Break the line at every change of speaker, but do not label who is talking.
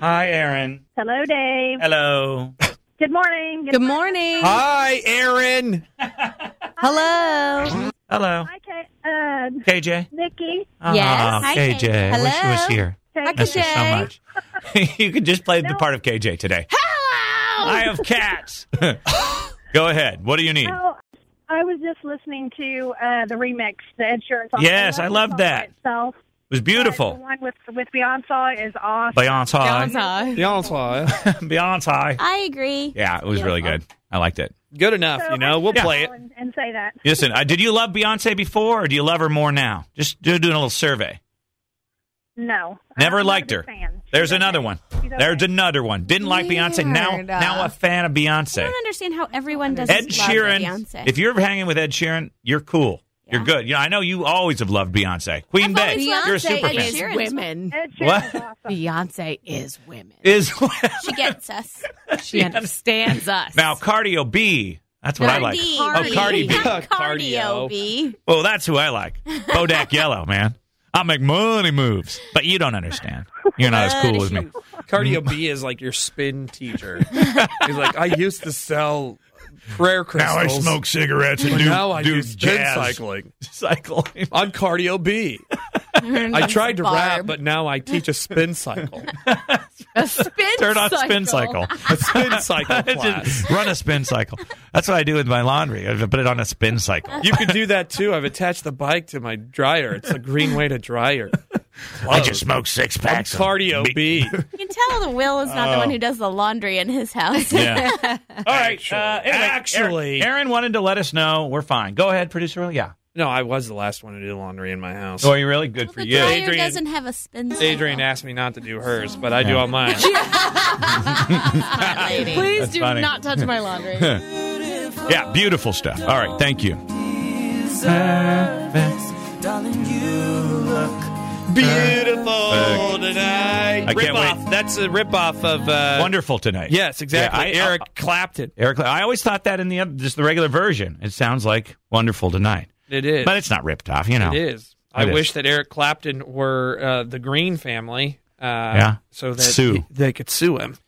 Hi, Aaron.
Hello,
Uh,
Dave.
Hello.
Good morning.
Good morning.
Hi, Aaron.
Hello.
Hello.
Hi, K- uh,
KJ.
Nikki.
Oh,
Yes. Hi,
KJ.
KJ.
I wish she was
Hello.
here.
Hi,
Miss her so
KJ.
much.
you can just play the part of KJ today.
I have cats.
Go ahead. What do you need?
Oh, I was just listening to uh, the remix, the Ed Sheeran song.
Yes, I love
the song
that.
Itself,
It was
but The
beautiful.
one with with Beyonce is awesome.
Beyonce.
Beyonce.
Beyonce.
Beyonce.
I agree.
Yeah, it was really good. I liked it.
Good enough,
So
you know. We'll
I should
play it.
call and, and say that.
Listen, uh, did you love Beyonce before, or do you love her more now? Just do, doing a little survey.
No,
Never
I'm not a
liked
big
her.
fan.
There's
She's
another
okay.
one.
She's
There's
okay.
another one. Didn't like Beyonce. Now,
Weird.
now a fan of
I
Beyonce.
don't understand how everyone doesn't
Ed
love
Sheeran.
Beyonce.
If you're hanging with Ed Sheeran, you're cool. You're
Yeah.
good. You know, I know you always have loved Beyonce. Queen
I've
Bey,
always loved
you're a
Beyonce,
super
Ed
fan.
Sheeran.
is women.
Ed Sheeran
What?
is awesome.
Beyonce is women.
Is
she gets us.
She understands us.
now cardio B. That's what I like.
Cardi.
Oh, Cardi B.
Not
Cardio.
Cardio B.
Well, that's who I like. Bodak Yellow, man. I make money moves, but you don't understand. You're not as cool as me.
Cardio B is like your spin teacher. He's like, I used to sell prayer crystals.
cigarettes
but now I do spin cycling.
Cycling.
I'm Cardio B. I tried to rap, but now I teach a spin cycle.
a spin
Turn on
cycle.
spin cycle.
A spin cycle class.
Just run a spin cycle. That's what I do with my laundry. I put it on a spin cycle.
You could do that too. I've attached the bike to my dryer. It's a green way to dryer.
I just smoke six
I'm
packs. of
Cardio
meat.
B.
You can tell that Will is not the one who does the laundry in his house.
Oh. Yeah. All right. uh, anyway,
Actually-
Aaron, Aaron wanted to let us know we're fine. Go ahead, producer. Will. Yeah.
No, I was the last one to do laundry in my house.
Oh, are you really good for
The
you?
dryer
Adrian-
doesn't have a spin cycle.
Adrian asked me not to do hers, but I do
Yeah.
all mine.
That lady.
Please
That's
do
funny.
not touch my laundry.
Yeah, beautiful stuff. All right, thank you.
Beautiful tonight.
Uh, I can't
rip
wait.
off. That's a ripoff of. Uh,
Wonderful tonight.
Yes, exactly.
Yeah, I- uh,
Eric Clapton.
Eric, I always thought that in the other, just the regular version. It sounds like wonderful tonight,
It is.
but it's not ripped off, you know.
It is. I
It is.
wish that Eric Clapton were uh, the Green family. Uh,
Yeah.
So that
Sue.
he- they could sue him.